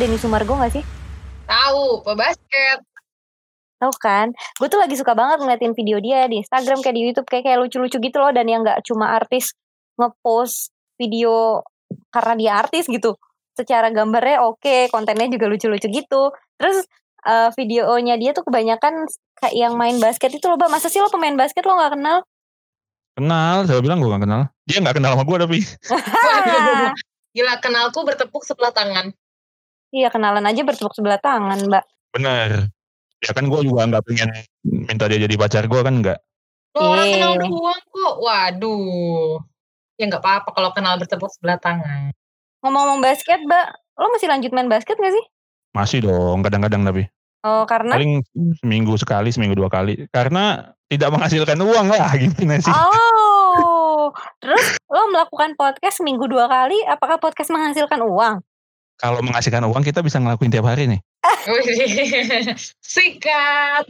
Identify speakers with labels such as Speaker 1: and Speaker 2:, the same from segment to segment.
Speaker 1: Denny Sumargo gak sih?
Speaker 2: Tahu, pebasket.
Speaker 1: Tahu kan? Gue tuh lagi suka banget ngeliatin video dia di Instagram kayak di YouTube kayak kayak lucu-lucu gitu loh dan yang nggak cuma artis ngepost video karena dia artis gitu. Secara gambarnya oke, kontennya juga lucu-lucu gitu. Terus eh, videonya dia tuh kebanyakan kayak yang main basket itu loh, Mbak. Masa sih lo pemain basket lo nggak kenal?
Speaker 3: Kenal, saya bilang gue gak kenal. Dia gak kenal sama gue tapi.
Speaker 1: Hah.
Speaker 2: Gila, kenalku bertepuk sebelah tangan.
Speaker 1: Iya kenalan aja bertepuk sebelah tangan, Mbak.
Speaker 3: Bener. Ya kan gue juga gak pengen minta dia jadi pacar gue kan gak.
Speaker 2: Lo orang
Speaker 1: Yeay.
Speaker 2: kenal doang kok. Waduh. Ya nggak apa-apa kalau kenal bertepuk sebelah tangan.
Speaker 1: Ngomong-ngomong basket, Mbak, lo masih lanjut main basket gak sih?
Speaker 3: Masih dong, kadang-kadang tapi.
Speaker 1: Oh, karena
Speaker 3: Paling seminggu sekali, seminggu dua kali. Karena tidak menghasilkan uang lah gitu sih.
Speaker 1: Oh, terus lo melakukan podcast minggu dua kali, apakah podcast menghasilkan uang?
Speaker 3: Kalau menghasilkan uang kita bisa ngelakuin tiap hari nih.
Speaker 2: Widih. Sikat.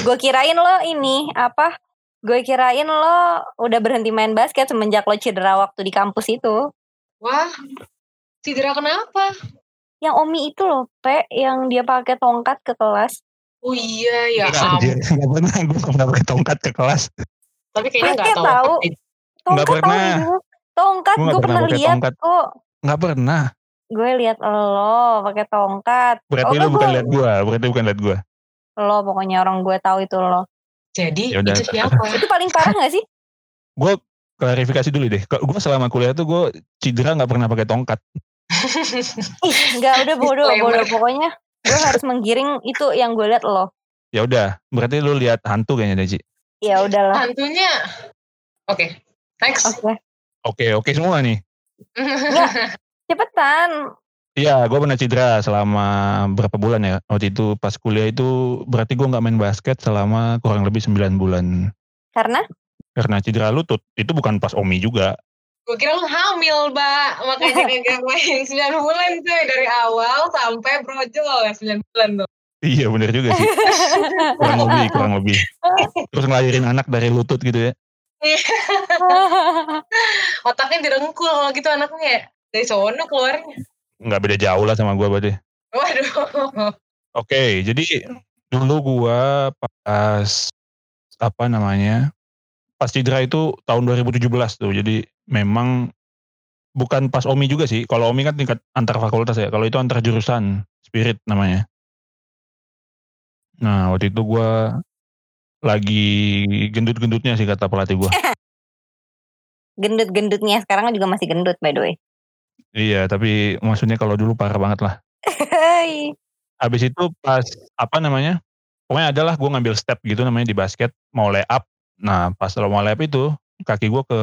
Speaker 1: Gue kirain lo ini apa? Gue kirain lo udah berhenti main basket semenjak lo cedera waktu di kampus itu.
Speaker 2: Wah, cedera kenapa?
Speaker 1: Yang Omi itu loh, Pe, yang dia pakai tongkat ke kelas.
Speaker 2: Oh iya, ya
Speaker 3: Nggak,
Speaker 2: ampun.
Speaker 3: nggak pernah gue nggak pakai tongkat ke kelas.
Speaker 2: Tapi kayaknya
Speaker 1: Pakai
Speaker 2: nggak
Speaker 1: tahu.
Speaker 2: tahu.
Speaker 1: Tongkat tau
Speaker 3: pernah.
Speaker 1: nggak sih lo? Tongkat,
Speaker 3: Gua nggak
Speaker 1: gue
Speaker 3: pernah
Speaker 1: pernah
Speaker 3: pakai
Speaker 1: lihat
Speaker 3: tongkat.
Speaker 1: kok.
Speaker 3: Nggak pernah.
Speaker 1: Gue lihat lo pakai tongkat. Oh,
Speaker 3: Berarti lu
Speaker 1: kan
Speaker 3: bukan
Speaker 1: gua-
Speaker 3: liat gue. Berarti bukan liat gue.
Speaker 1: Lo pokoknya orang gue tahu itu lo.
Speaker 2: Jadi
Speaker 3: Yaudah.
Speaker 2: itu siapa?
Speaker 1: Itu paling parah gak sih?
Speaker 3: Klarifikasi dulu deh. Gue selama kuliah tuh gue cedera nggak pernah pakai tongkat.
Speaker 1: Ih, enggak udah bodoh,
Speaker 2: Disclaimer.
Speaker 1: bodoh pokoknya. Gue harus menggiring itu yang gue lihat lo.
Speaker 3: Ya udah. Berarti lu lihat hantu kayaknya Deji.
Speaker 1: Ya udahlah.
Speaker 2: Hantunya. Oke, next.
Speaker 1: Ah, Oke.
Speaker 3: Oke oke semua nih.
Speaker 1: Cepetan.
Speaker 3: Iya, gue pernah cedera selama berapa bulan ya. Waktu itu pas kuliah itu berarti gue nggak main basket selama kurang lebih 9 bulan.
Speaker 1: Karena
Speaker 3: Karena cedera lutut, itu bukan pas Omi juga.
Speaker 2: Gue kira lu hamil, Mbak. Makanya kagak main 9 bulan tuh. Dari awal sampai brojol ya 9 bulan tuh.
Speaker 3: Iya bener juga sih, kurang lebih, kurang lebih. Terus ngelahirin anak dari lutut gitu ya.
Speaker 2: Otaknya direngkul kalau gitu anaknya. ya. Dari sono keluarnya.
Speaker 3: Nggak beda jauh lah sama gue berarti.
Speaker 2: Waduh.
Speaker 3: Oke, jadi dulu gue pas, apa namanya, pas cedera itu tahun 2017 tuh. Jadi memang bukan pas Omi juga sih. Kalau Omi kan tingkat antar fakultas ya. Kalau itu antar jurusan, spirit namanya. Nah, waktu itu gue lagi gendut-gendutnya sih kata pelatih gue.
Speaker 1: gendut-gendutnya sekarang juga masih gendut by the way.
Speaker 3: iya, tapi maksudnya kalau dulu parah banget lah.
Speaker 1: Hei.
Speaker 3: Habis itu pas apa namanya? Pokoknya adalah gue ngambil step gitu namanya di basket mau lay up. Nah pas lo mau lay up itu kaki gue ke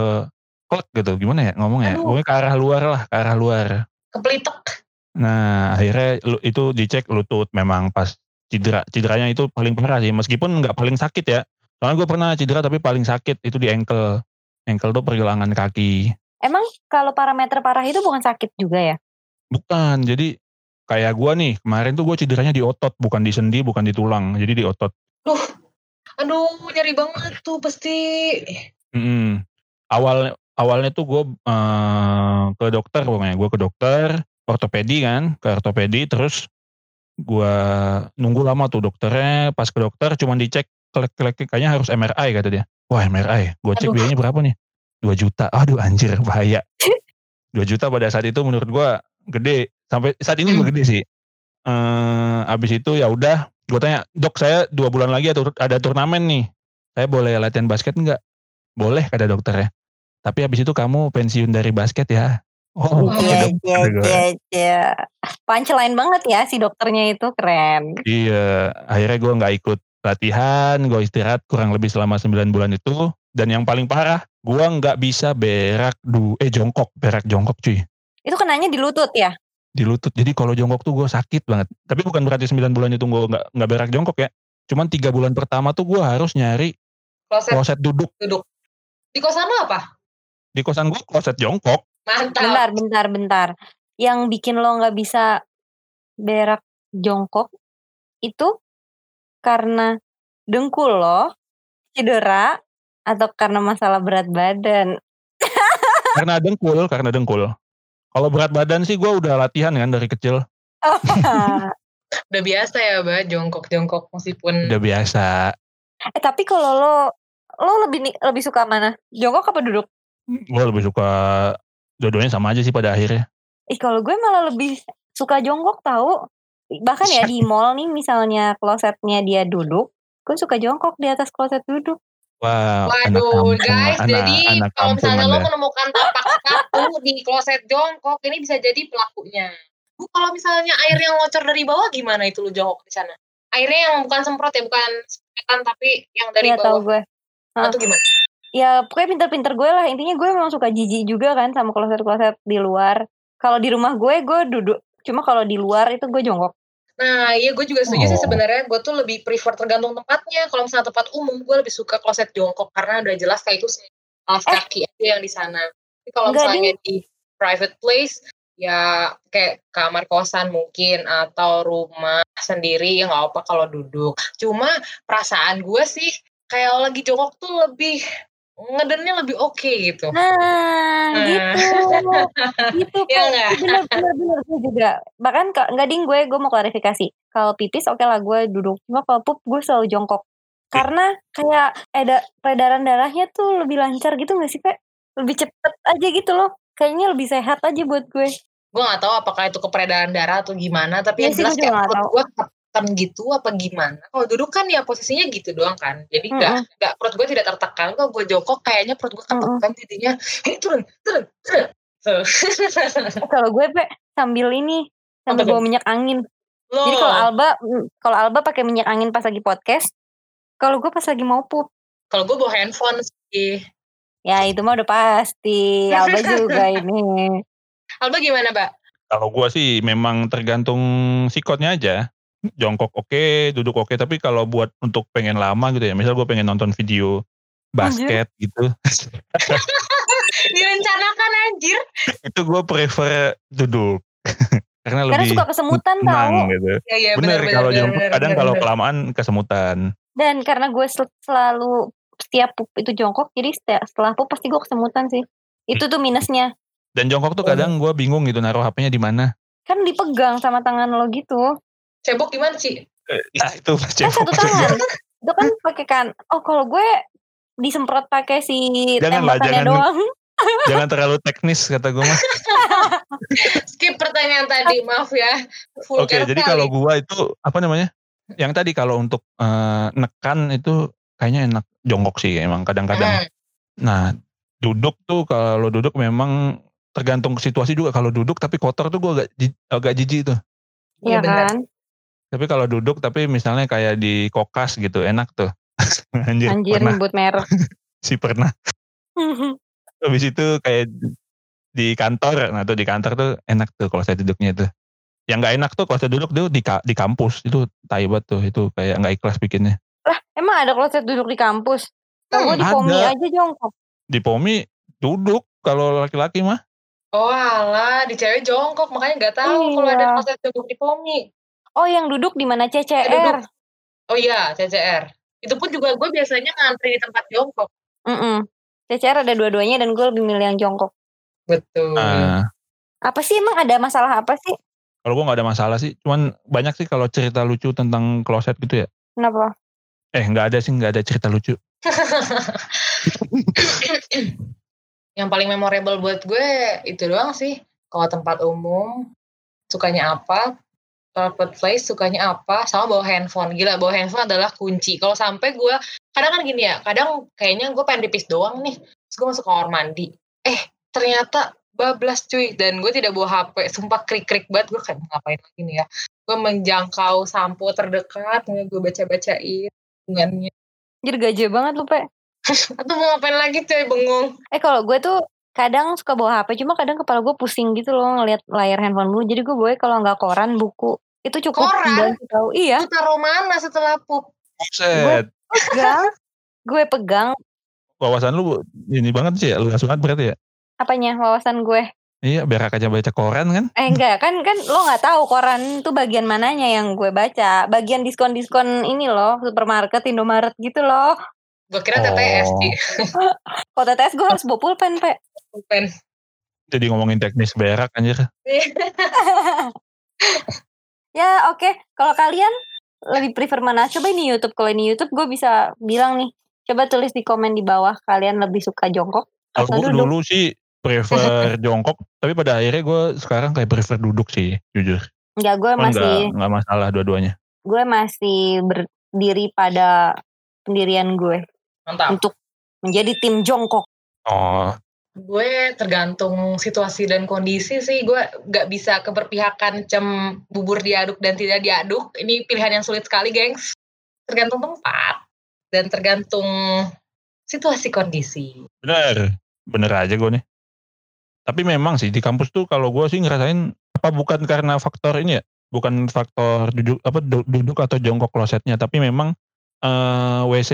Speaker 3: kot gitu. Gimana ya ngomongnya?
Speaker 2: Aduh.
Speaker 3: Pokoknya ke arah luar lah, ke arah luar.
Speaker 2: Kepelitek.
Speaker 3: Nah akhirnya lu- itu dicek lutut memang pas cedera. Cederanya itu paling parah sih. Meskipun nggak paling sakit ya. Soalnya gue pernah cedera tapi paling sakit itu di ankle. Ankle tuh pergelangan kaki.
Speaker 1: Emang kalau parameter parah itu bukan sakit juga ya?
Speaker 3: Bukan, jadi kayak gua nih, kemarin tuh gue cederanya di otot, bukan di sendi, bukan di tulang, jadi di otot.
Speaker 2: Aduh, nyari banget tuh pasti.
Speaker 3: Mm-mm. Awal awalnya tuh gue ke dokter pokoknya, gue ke dokter, ortopedi kan, ke ortopedi, terus gua nunggu lama tuh dokternya, pas ke dokter cuman dicek klik-klik kayaknya harus MRI kata dia. Wah MRI, gue cek
Speaker 2: Aduh.
Speaker 3: biayanya berapa nih? 2 juta, aduh anjir bahaya. 2 juta pada saat itu menurut gua gede, sampai saat ini juga gede sih. eh abis itu ya udah, gue tanya dok saya dua bulan lagi ada, tur- ada turnamen nih, saya boleh latihan basket nggak? Boleh kata dokternya. Tapi habis itu kamu pensiun dari basket ya. Oh,
Speaker 1: Iya,
Speaker 2: Iya,
Speaker 3: oke,
Speaker 1: iya,
Speaker 3: dok, kata gua.
Speaker 1: iya, iya. Punchline banget ya si dokternya itu keren.
Speaker 3: Iya, akhirnya gue nggak ikut latihan, gue istirahat kurang lebih selama 9 bulan itu. Dan yang paling parah, gue nggak bisa berak du, eh jongkok, berak jongkok cuy
Speaker 1: Itu kenanya di lutut ya?
Speaker 3: di lutut. Jadi kalau jongkok tuh gue sakit banget. Tapi bukan berarti 9 bulan itu gue nggak nggak berak jongkok ya. Cuman tiga bulan pertama tuh gue harus nyari
Speaker 2: Kloset
Speaker 3: kloset duduk
Speaker 2: duduk. Di kosan lo apa?
Speaker 3: di kosan gue kloset jongkok.
Speaker 2: Mantap.
Speaker 1: Bentar, bentar, bentar. Yang bikin lo nggak bisa berak jongkok itu karena dengkul lo cedera atau karena masalah berat badan.
Speaker 3: karena dengkul, karena dengkul. Kalau berat badan sih gue udah latihan kan dari kecil.
Speaker 1: Oh.
Speaker 2: Udah biasa ya, Mbak, jongkok-jongkok meskipun
Speaker 3: Udah biasa.
Speaker 1: eh tapi kalau lo lo lebih ni- lebih suka mana? Jongkok apa duduk?
Speaker 3: Gue lebih suka dua-duanya sama aja sih pada akhirnya.
Speaker 1: Ih kalau gue malah lebih suka jongkok tahu. Bahkan ya di mall nih misalnya klosetnya dia duduk, gue suka jongkok di atas kloset duduk.
Speaker 3: Wah, anak
Speaker 2: Waduh
Speaker 3: kampung,
Speaker 2: guys,
Speaker 3: anak,
Speaker 2: jadi
Speaker 3: anak
Speaker 2: kalau
Speaker 3: kampung
Speaker 2: misalnya lo
Speaker 3: Anda.
Speaker 2: menemukan tapak sepatu di kloset jongkok, ini bisa jadi pelakunya. Bu, kalau misalnya air yang ngocor dari bawah gimana itu lo jongkok di sana? Airnya yang bukan semprot ya, bukan semprotan tapi yang dari
Speaker 1: Iya tahu
Speaker 2: bawah.
Speaker 1: gue. ah.
Speaker 2: Itu gimana?
Speaker 1: Ya pokoknya pinter-pinter gue lah. Intinya gue memang suka jijik juga kan sama kloset-kloset di luar. Kalau di rumah gue gue duduk. Cuma kalau di luar itu gue jongkok.
Speaker 2: Nah, iya gue juga setuju sih
Speaker 3: Oh.
Speaker 2: sebenarnya. Gue tuh lebih prefer tergantung tempatnya. Kalau misalnya tempat umum, gue lebih suka kloset jongkok karena udah jelas kayak itu alas
Speaker 1: Eh.
Speaker 2: kaki aja yang di sana. Tapi kalau
Speaker 1: Enggak,
Speaker 2: misalnya di private place, ya kayak kamar kosan mungkin atau rumah sendiri ya nggak apa kalau duduk. Cuma perasaan gue sih kayak lagi jongkok tuh lebih ngedennya lebih oke gitu.
Speaker 1: Nah,
Speaker 2: Nah.
Speaker 1: gitu. gitu
Speaker 2: Iya
Speaker 1: kan.
Speaker 2: nggak?
Speaker 1: bener bener bener gue juga. Bahkan ka- nggak ding gue gue mau klarifikasi. Kalau pipis oke lah gue duduk. Cuma kalau pup gue selalu jongkok. Karena kayak ada peredaran darahnya tuh lebih lancar gitu gak sih Pe? Lebih cepet aja gitu loh. Kayaknya lebih sehat aja buat gue.
Speaker 2: gue nggak tahu apakah itu keperedaran darah atau gimana
Speaker 1: Iya
Speaker 2: tapi yang
Speaker 1: sih,
Speaker 2: jelas
Speaker 1: gue juga
Speaker 2: kayak
Speaker 1: nggak
Speaker 2: perut gue tekan gitu apa gimana kalau duduk kan ya posisinya gitu doang kan jadi nggak nggak perut gue tidak tertekan kalau gue jongkok kayaknya perut gue
Speaker 1: Mm-mm.
Speaker 2: ketekan jadinya hei turun turun turun Tuh.
Speaker 1: Eh, Kalau gue Pe sambil ini sambil
Speaker 2: Apa tuh? Oh.
Speaker 1: bawa minyak angin.
Speaker 2: Loh,
Speaker 1: Jadi kalau Alba mm, kalau Alba pakai minyak angin pas lagi podcast. Kalau gue pas lagi mau pup.
Speaker 2: kalau gue bawa handphone sih
Speaker 1: Ya itu mah udah pasti. Alba juga ini.
Speaker 2: Alba gimana mbak
Speaker 3: Kalau gue sih memang tergantung sikotnya aja. Jongkok oke, duduk oke. Tapi kalau buat untuk pengen lama gitu ya. Misal gue pengen nonton video basket gitu.
Speaker 2: direncanakan anjir
Speaker 3: itu gue prefer duduk. Karena
Speaker 1: Karena
Speaker 3: lebih
Speaker 1: suka kesemutan
Speaker 3: tenang
Speaker 1: tahu.
Speaker 3: gitu.
Speaker 2: ya ya
Speaker 3: bener, kalau jongkok kadang kalau
Speaker 2: bener.
Speaker 3: kelamaan kesemutan.
Speaker 1: Dan karena gue sel- selalu setiap pup itu jongkok, jadi setiap, setelah pup pasti gue kesemutan sih. Itu tuh minusnya.
Speaker 3: Dan jongkok tuh kadang gue bingung gitu naruh HP-nya di mana.
Speaker 1: Kan dipegang sama tangan lo gitu.
Speaker 2: cebok gimana sih
Speaker 3: Nah itu
Speaker 1: Kan
Speaker 3: cebok.
Speaker 1: satu tangan. Itu kan pakai kan. Oh kalau gue disemprot pakai si
Speaker 3: Janganlah,
Speaker 1: tembakannya
Speaker 3: jangan.
Speaker 1: doang.
Speaker 3: Jangan terlalu teknis kata gue mah.
Speaker 2: skip pertanyaan tadi maaf ya Full
Speaker 3: Oke, jadi kalau gua itu apa namanya? Yang tadi kalau untuk eh, nekan itu kayaknya enak jongkok sih emang kadang-kadang.
Speaker 2: Hmm,
Speaker 3: Nah, duduk tuh kalau duduk memang tergantung situasi juga. Kalau duduk tapi kotor tuh gua agak ji- agak jijik tuh.
Speaker 1: Iya kan.
Speaker 3: Tapi kalau duduk tapi misalnya kayak di kokas gitu enak tuh. Anjir,
Speaker 1: Anjir
Speaker 3: Iya, pernah
Speaker 1: nyebut merek.
Speaker 3: sih pernah. Habis itu kayak di kantor, nah tuh di kantor tuh enak tuh kalau saya duduknya tuh. Yang nggak enak tuh kalau saya duduk tuh di ka- di kampus itu tai banget tuh itu kayak nggak ikhlas bikinnya.
Speaker 1: Emang ada kloset duduk di kampus? Kalau
Speaker 2: Hmm,
Speaker 1: gue di POMI
Speaker 3: ada.
Speaker 1: aja jongkok.
Speaker 3: Di POMI duduk kalau laki-laki mah
Speaker 2: Oh alah, di cewek jongkok makanya nggak tahu kalau ada
Speaker 1: Iya.
Speaker 2: kloset jongkok di POMI.
Speaker 1: Oh yang duduk di mana
Speaker 2: duduk.
Speaker 1: CCR?
Speaker 2: Oh iya, CCR. Itu pun juga gue biasanya ngantri di tempat jongkok.
Speaker 1: Mm-mm. CCR ada dua-duanya dan gue lebih milih yang jongkok.
Speaker 2: Betul.
Speaker 3: nah,
Speaker 1: Apa sih emang ada masalah apa sih?
Speaker 3: kalau gua nggak ada masalah sih, cuman banyak sih kalau cerita lucu tentang kloset gitu ya.
Speaker 1: Kenapa?
Speaker 3: Eh nggak ada sih nggak ada cerita lucu.
Speaker 2: Yang paling memorable buat gue itu doang sih. Kalau tempat umum sukanya apa, private place sukanya apa, sama bawa handphone. Gila, bawa handphone adalah kunci. Kalau sampai gue, kadang kan gini ya, kadang kayaknya gue pengen pipis doang nih. Terus gue masuk kamar mandi. Eh, ternyata bablas cuy. Dan gue tidak bawa HP. Sumpah krik-krik banget. Gue kayak ngapain lagi nih ya. Gue menjangkau sampo terdekat. kemudian Gue baca-bacain hubungannya.
Speaker 1: Jadi gaje banget lu, Pe.
Speaker 2: Atau mau ngapain lagi cuy, bengong.
Speaker 1: Eh kalau gue tuh kadang suka bawa HP, cuma kadang kepala gue pusing gitu loh ngelihat layar handphone lu. Jadi gue boleh kalau nggak koran, buku itu cukup
Speaker 2: Koran?
Speaker 1: membantu tahu. Iya,
Speaker 2: Lu taruh mana setelah pup?
Speaker 3: Set,
Speaker 1: pegang. gue pegang
Speaker 3: wawasan lu ini banget sih, ya, luas banget berarti ya.
Speaker 1: apanya wawasan gue.
Speaker 3: Iya, berak aja baca koran kan?
Speaker 1: Eh enggak kan kan lo nggak tahu koran tuh bagian mananya yang gue baca. Bagian diskon diskon ini loh supermarket Indomaret gitu loh.
Speaker 2: Gue kira TTS
Speaker 3: Oh.
Speaker 2: sih.
Speaker 1: Kalau TTS gue harus bawa pulpen, Pe.
Speaker 2: Pulpen.
Speaker 3: jadi ngomongin teknis berak anjir
Speaker 1: ya oke kalau kalian lebih prefer mana coba ini YouTube kalau ini YouTube gue bisa bilang nih coba tulis di komen di bawah kalian lebih suka jongkok atau
Speaker 3: aku
Speaker 1: duduk
Speaker 3: dulu sih prefer jongkok tapi pada akhirnya gue sekarang kayak prefer duduk sih jujur
Speaker 1: enggak gue
Speaker 3: Cuman
Speaker 1: masih
Speaker 3: nggak nggak masalah dua-duanya
Speaker 1: gue masih berdiri pada pendirian gue
Speaker 2: Mantap.
Speaker 1: untuk menjadi tim jongkok
Speaker 3: oh
Speaker 2: Gue tergantung situasi dan kondisi sih. Gue gak bisa keberpihakan cem bubur diaduk dan tidak diaduk. Ini pilihan yang sulit sekali, gengs. Tergantung tempat. Dan tergantung situasi kondisi.
Speaker 3: bener bener aja gue nih tapi memang sih di kampus tuh kalau gue sih ngerasain apa bukan karena faktor ini ya bukan faktor duduk apa du- duduk atau jongkok klosetnya tapi memang eh, WC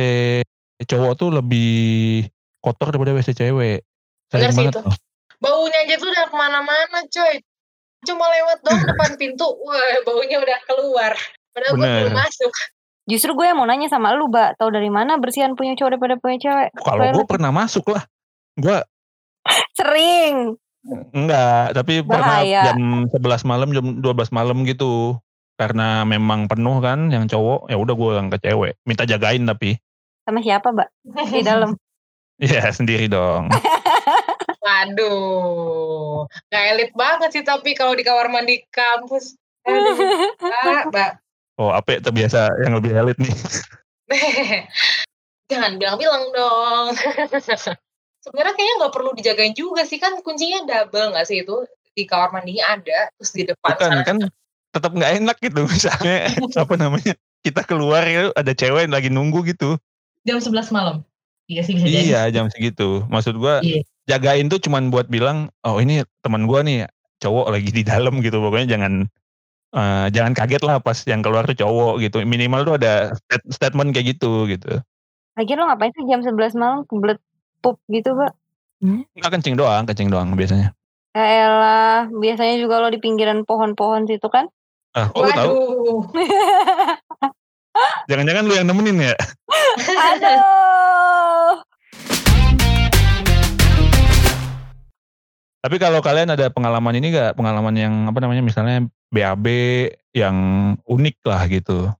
Speaker 3: cowok tuh lebih kotor daripada WC cewek
Speaker 2: Bener sih
Speaker 3: sering banget
Speaker 2: itu.
Speaker 3: loh.
Speaker 2: Baunya aja tuh udah kemana-mana, coy. Cuma lewat doang depan pintu. Wah, baunya udah keluar. Padahal gue
Speaker 3: Bener.
Speaker 2: belum masuk.
Speaker 1: justru gue yang mau nanya sama lu mbak tahu dari mana bersihan punya cowok daripada punya cewek
Speaker 3: kalau gue pernah masuk lah gue
Speaker 1: sering
Speaker 3: Enggak, tapi pernah
Speaker 1: Bahaya.
Speaker 3: jam 11 malam, jam 12 malam gitu. Karena memang penuh kan yang cowok, ya udah gue yang ke cewek. Minta jagain tapi.
Speaker 1: sama siapa mbak di dalam
Speaker 3: Iya, sendiri dong.
Speaker 2: Waduh. Gak elit banget sih tapi kalau di kamar mandi kampus. Aduh, Mbak, Mbak.
Speaker 3: Oh, apa terbiasa yang lebih elit nih.
Speaker 2: Jangan bilang-bilang dong. Sebenarnya kayaknya nggak perlu dijagain juga sih kan kuncinya double nggak sih itu di kamar mandinya ada terus di depan
Speaker 3: Bukan
Speaker 2: sana.
Speaker 3: kan tetap nggak enak gitu misalnya apa namanya kita keluar ya, ada cewek yang lagi nunggu gitu
Speaker 2: jam 11 malam iya sih bisa jadi
Speaker 3: iya jam segitu maksud gua
Speaker 2: Iya.
Speaker 3: jagain tuh cuman buat bilang oh ini teman gua nih cowok lagi di dalam gitu pokoknya jangan eh, jangan kaget lah pas yang keluar tuh cowok gitu minimal tuh ada stat- statement kayak gitu gitu
Speaker 1: lagi lo ngapain sih jam 11 malam kebelet pup gitu mbak
Speaker 3: nggak kencing doang kencing doang biasanya
Speaker 1: ya elah biasanya juga lo di pinggiran pohon-pohon situ kan
Speaker 3: ah kok lu tahu
Speaker 2: waduh
Speaker 3: jangan-jangan lu yang nemenin ya
Speaker 1: aduh
Speaker 3: tapi kalau kalian ada pengalaman ini nggak pengalaman yang apa namanya misalnya BAB yang unik lah gitu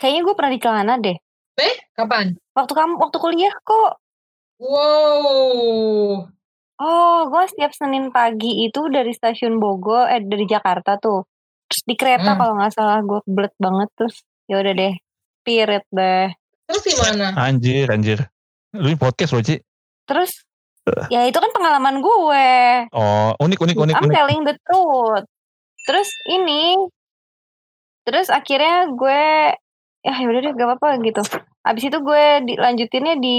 Speaker 1: Kayaknya gue pernah di celana deh.
Speaker 2: Eh, kapan
Speaker 1: Waktu kamu waktu kuliah kok.
Speaker 2: wow
Speaker 1: Oh, gue setiap Senin pagi itu dari stasiun Bogor, eh dari Jakarta tuh. Terus di kereta
Speaker 2: Hmm.
Speaker 1: kalau nggak salah gue kebelet banget terus. Ya udah deh, pirit deh.
Speaker 2: terus gimana
Speaker 3: anjir anjir lu ini podcast loh Ci
Speaker 1: Terus ya itu kan pengalaman gue.
Speaker 3: oh unik unik unik
Speaker 1: I'm
Speaker 3: unik
Speaker 1: telling the truth. Terus ini, terus akhirnya gue, ya yaudah deh gak apa-apa gitu. Abis itu gue dilanjutinnya di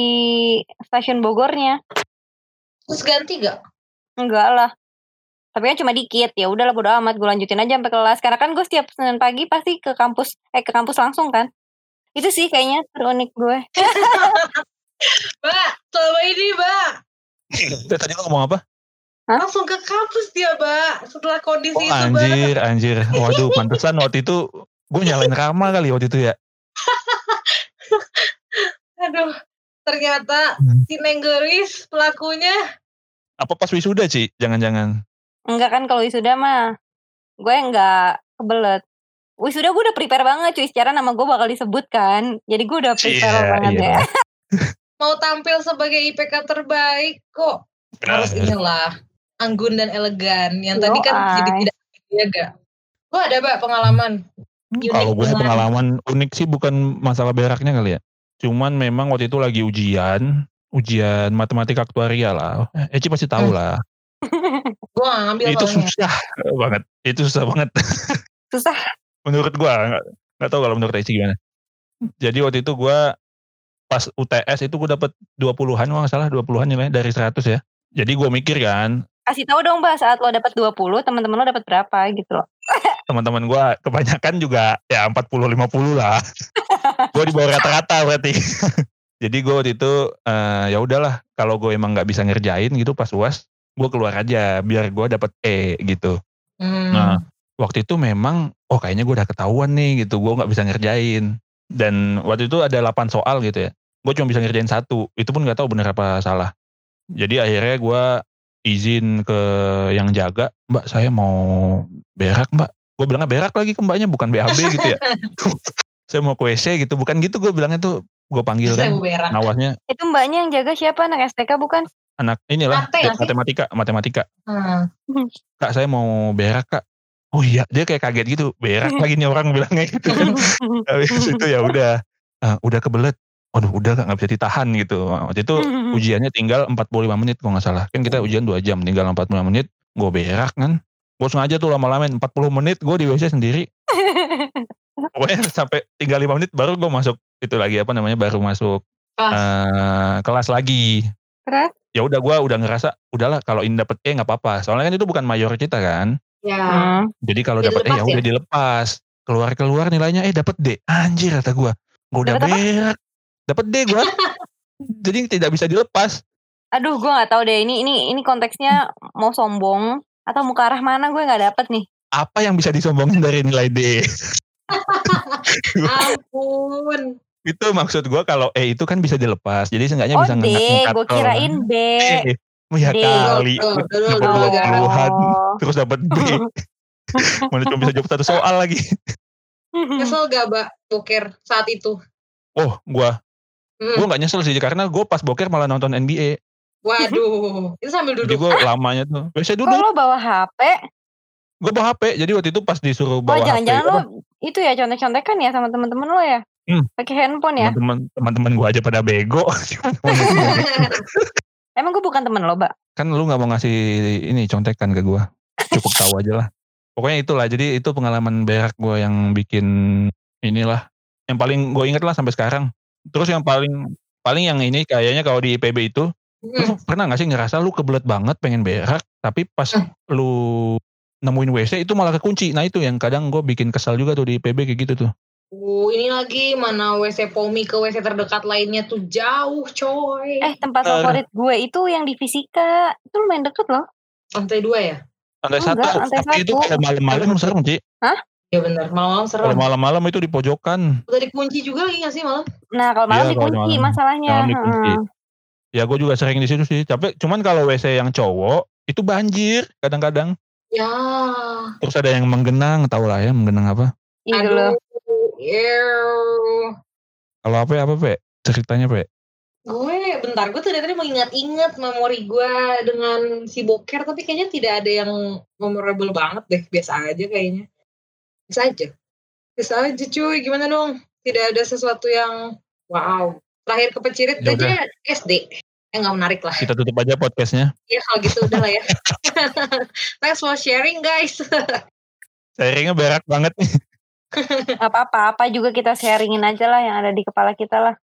Speaker 1: stasiun Bogornya.
Speaker 2: terus ganti gak
Speaker 1: Enggak lah. Tapi kan cuma dikit. Ya udahlah bodo amat gue lanjutin aja sampai kelas. Karena kan gue setiap Senin pagi pasti ke kampus eh ke kampus langsung kan. Itu sih kayaknya terunik gue.
Speaker 2: mbak selama ini mbak
Speaker 3: tadi lu ngomong apa
Speaker 2: langsung ke kampus dia mbak setelah kondisi
Speaker 3: Oh
Speaker 2: itu mbak
Speaker 3: anjir, anjir. Waduh, pantesan waktu itu gue nyalain Rama kali waktu itu ya.
Speaker 2: aduh ternyata
Speaker 3: Hmm.
Speaker 2: si Nenggeris pelakunya
Speaker 3: Apa pas wisuda, Ci? Jangan-jangan.
Speaker 1: Enggak kan kalau wisuda mah gue enggak kebelet. Wisuda gue udah prepare banget cuy. Secara nama gue bakal disebut kan. Jadi gue udah prepare
Speaker 3: Iya,
Speaker 1: banget ya.
Speaker 3: iya.
Speaker 2: mau tampil sebagai IPK terbaik kok
Speaker 3: Nah,
Speaker 2: harus inilah anggun dan elegan yang tadi
Speaker 1: Yoi.
Speaker 2: kan jadi tidak dijaga Gua ada mbak pengalaman unik
Speaker 3: Kalau gue
Speaker 2: banget.
Speaker 3: pengalaman unik sih bukan masalah beraknya kali ya. Cuman memang waktu itu lagi ujian, ujian matematika aktuaria lah. Eh, Ci pasti
Speaker 2: Hmm.
Speaker 3: tahu lah.
Speaker 2: gue ngambil
Speaker 3: itu
Speaker 2: Ah, soalnya.
Speaker 3: susah banget. Itu susah banget.
Speaker 1: Susah.
Speaker 3: menurut gua nggak nggak tahu kalau menurut Eci gimana jadi waktu itu gua pas UTS itu gua dapet 20-an kalau nggak salah 20-an nilainya dari 100 ya jadi gua mikir kan
Speaker 1: Kasih tahu dong Mbak saat lo dapat 20, teman-teman lo dapat berapa gitu loh.
Speaker 3: teman-teman gua kebanyakan juga ya 40 50 lah gua di bawah rata-rata berarti jadi gua waktu itu eh, ya udahlah kalau gue emang nggak bisa ngerjain gitu pas UAS gua keluar aja biar gua dapet E gitu
Speaker 2: Hmm.
Speaker 3: Nah, waktu itu memang oh kayaknya gue udah ketahuan nih gitu gue nggak bisa ngerjain dan waktu itu ada 8 soal gitu ya gue cuma bisa ngerjain satu itu pun nggak tahu bener apa salah jadi akhirnya gue izin ke yang jaga mbak saya mau berak mbak gue bilangnya berak lagi ke mbaknya bukan BAB gitu ya saya mau ke WC gitu bukan gitu gue bilangnya tuh gue panggil
Speaker 2: Terus saya
Speaker 3: kan
Speaker 2: berak.
Speaker 3: nawasnya
Speaker 1: Itu mbaknya yang jaga siapa? Anak STK bukan?
Speaker 3: anak inilah
Speaker 2: Mate nggak sih?
Speaker 3: matematika matematika
Speaker 2: Hmm.
Speaker 3: kak saya mau berak kak oh iya dia kayak kaget gitu berak lagi nih orang bilangnya gitu kan habis itu ya udah eh, udah kebelet aduh udah nggak bisa ditahan gitu waktu itu
Speaker 1: Hmm.
Speaker 3: ujiannya tinggal 45 menit kalau nggak salah kan kita ujian 2 jam tinggal 45 menit gue berak kan gue sengaja tuh lama-lama 40 menit gue di WC sendiri pokoknya sampai tinggal 5 menit baru gue masuk itu lagi apa namanya baru masuk
Speaker 2: Kelas.
Speaker 3: eh, kelas lagi
Speaker 1: Terus?
Speaker 3: ya udah gue udah ngerasa udahlah kalau ini dapet E nggak apa-apa soalnya kan itu bukan mayor kita kan
Speaker 2: Ya.
Speaker 1: Hmm.
Speaker 3: jadi kalau
Speaker 2: Jadi
Speaker 3: dapat eh
Speaker 2: lepas
Speaker 3: ya udah dilepas. Keluar-keluar nilainya eh dapat D. Anjir kata gua. Gua udah
Speaker 1: Dapet apa?
Speaker 3: berak. Dapat D gua. jadi tidak bisa dilepas.
Speaker 1: Aduh, gue nggak tahu deh. Ini ini ini konteksnya mau sombong atau mau ke arah mana gue nggak dapet nih.
Speaker 3: Apa yang bisa disombongin dari nilai D?
Speaker 2: Ampun.
Speaker 3: itu maksud gua kalau E itu kan bisa dilepas. Jadi seenggaknya
Speaker 1: Oh
Speaker 3: bisa
Speaker 1: D,
Speaker 3: ngangkat-ngangkat
Speaker 1: gue
Speaker 3: orang.
Speaker 1: kirain B.
Speaker 3: Eh, Ya
Speaker 1: D.
Speaker 3: kali.
Speaker 2: Betul, betul,
Speaker 3: Dapat
Speaker 2: betul.
Speaker 3: dua puluhan.
Speaker 1: Oh.
Speaker 3: Terus dapat B. Mana cuma bisa jawab satu soal lagi.
Speaker 2: Nyesel gak, Mbak? Boker saat itu.
Speaker 3: Oh, gua
Speaker 2: Hmm.
Speaker 3: gua nggak nyesel sih karena gua pas boker malah nonton NBA.
Speaker 2: Waduh. Itu sambil
Speaker 3: Jadi
Speaker 2: duduk.
Speaker 3: gua lamanya tuh. Biasa
Speaker 1: Kok
Speaker 3: duduk.
Speaker 1: lo bawa HP?
Speaker 3: Gua bawa HP. Jadi waktu itu pas
Speaker 1: Oh
Speaker 3: disuruh bawa HP.
Speaker 1: jangan-jangan lo itu ya contek-contekan ya sama temen-temen lo ya?
Speaker 3: Hmm.
Speaker 1: Pakai handphone ya?
Speaker 3: teman-teman teman-teman gue aja pada bego Hmm.
Speaker 1: Emang gue bukan temen lo, Mbak?
Speaker 3: kan lu nggak mau ngasih ini contekan ke gue cukup tahu aja lah pokoknya itulah jadi itu pengalaman berak gue yang bikin inilah yang paling gue inget lah sampai sekarang terus yang paling paling yang ini kayaknya kalau di IPB itu
Speaker 2: Hmm.
Speaker 3: lu pernah nggak sih ngerasa lu kebelet banget pengen berak tapi pas
Speaker 2: Hmm.
Speaker 3: lu nemuin WC itu malah kekunci nah itu yang kadang gue bikin kesal juga tuh di IPB kayak gitu tuh
Speaker 2: Uh, ini lagi mana WC Pomi ke WC terdekat lainnya tuh jauh coy.
Speaker 1: Eh, tempat
Speaker 3: Bener.
Speaker 1: favorit gue itu yang di fisika. Itu lumayan deket loh.
Speaker 2: lantai dua ya?
Speaker 3: lantai
Speaker 1: Enggak,
Speaker 3: satu
Speaker 1: lantai
Speaker 3: tapi itu
Speaker 1: satu.
Speaker 3: kalau malam-malam serem sih
Speaker 2: Ya bener, malam-malam serem.
Speaker 3: kalau malam-malam itu di pojokan
Speaker 2: Udah dikunci juga lagi gak sih malam?
Speaker 1: Nah, kalau malam
Speaker 3: Iya, kalau
Speaker 1: dikunci
Speaker 3: malam.
Speaker 1: masalahnya.
Speaker 3: Malam dikunci.
Speaker 1: Heeh.
Speaker 3: Ya gue juga sering di situ sih. Tapi cuman kalau WC yang cowok itu banjir kadang-kadang.
Speaker 2: Ya.
Speaker 3: Terus ada yang menggenang, tau lah ya menggenang apa?
Speaker 2: Iya
Speaker 1: Itu loh.
Speaker 2: ew.
Speaker 3: Kalau apa ya, apa pe? Ceritanya pe?
Speaker 2: Gue bentar, gue tuh dari tadi mengingat-ingat memori gue dengan si boker, tapi kayaknya tidak ada yang memorable banget deh, biasa aja kayaknya. Biasa aja. Biasa aja cuy, gimana dong? Tidak ada sesuatu yang wow. Terakhir kepecirit
Speaker 3: Ya
Speaker 2: aja SD. Ya nggak menarik lah.
Speaker 3: Kita tutup aja podcastnya.
Speaker 2: Ya kalau gitu udah lah ya. Thanks for sharing guys.
Speaker 3: Sharingnya berak banget nih.
Speaker 1: Gak apa-apa, apa juga kita sharingin aja lah yang ada di kepala kita lah.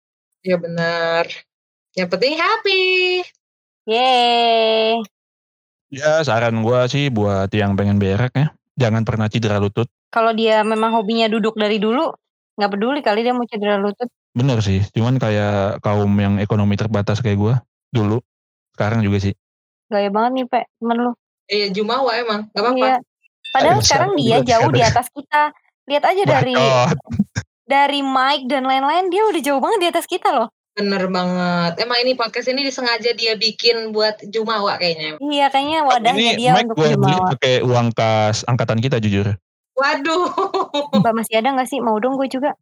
Speaker 2: ya benar. Yang penting happy.
Speaker 1: Yeay.
Speaker 3: Ya saran gue sih buat yang pengen berak ya. Jangan pernah cedera lutut.
Speaker 1: Kalau dia memang hobinya duduk dari dulu, nggak peduli kali dia mau cedera lutut.
Speaker 3: Bener sih. Cuman kayak kaum yang ekonomi terbatas kayak gue. Dulu. Sekarang juga sih.
Speaker 1: Gaya banget nih, Pak. Temen lu.
Speaker 2: Iya Jumawa emang, gak apa-apa.
Speaker 1: Iya. Padahal
Speaker 3: Aduh,
Speaker 1: sekarang
Speaker 3: siapa
Speaker 1: dia
Speaker 3: juga
Speaker 1: jauh di
Speaker 3: sekarang?
Speaker 1: atas kita. Lihat aja dari
Speaker 3: Bacot.
Speaker 1: dari mic dan lain-lain dia udah jauh banget di atas kita loh.
Speaker 2: Bener banget. Emang ini podcast ini disengaja dia bikin buat Jumawa kayaknya.
Speaker 1: Iya kayaknya wadahnya
Speaker 3: Ini
Speaker 1: dia
Speaker 3: mic
Speaker 1: untuk
Speaker 3: gue beli
Speaker 1: jumawa.
Speaker 3: pakai uang kas angkatan kita jujur.
Speaker 2: Waduh.
Speaker 1: Mbak masih ada nggak sih? Mau dong gue juga.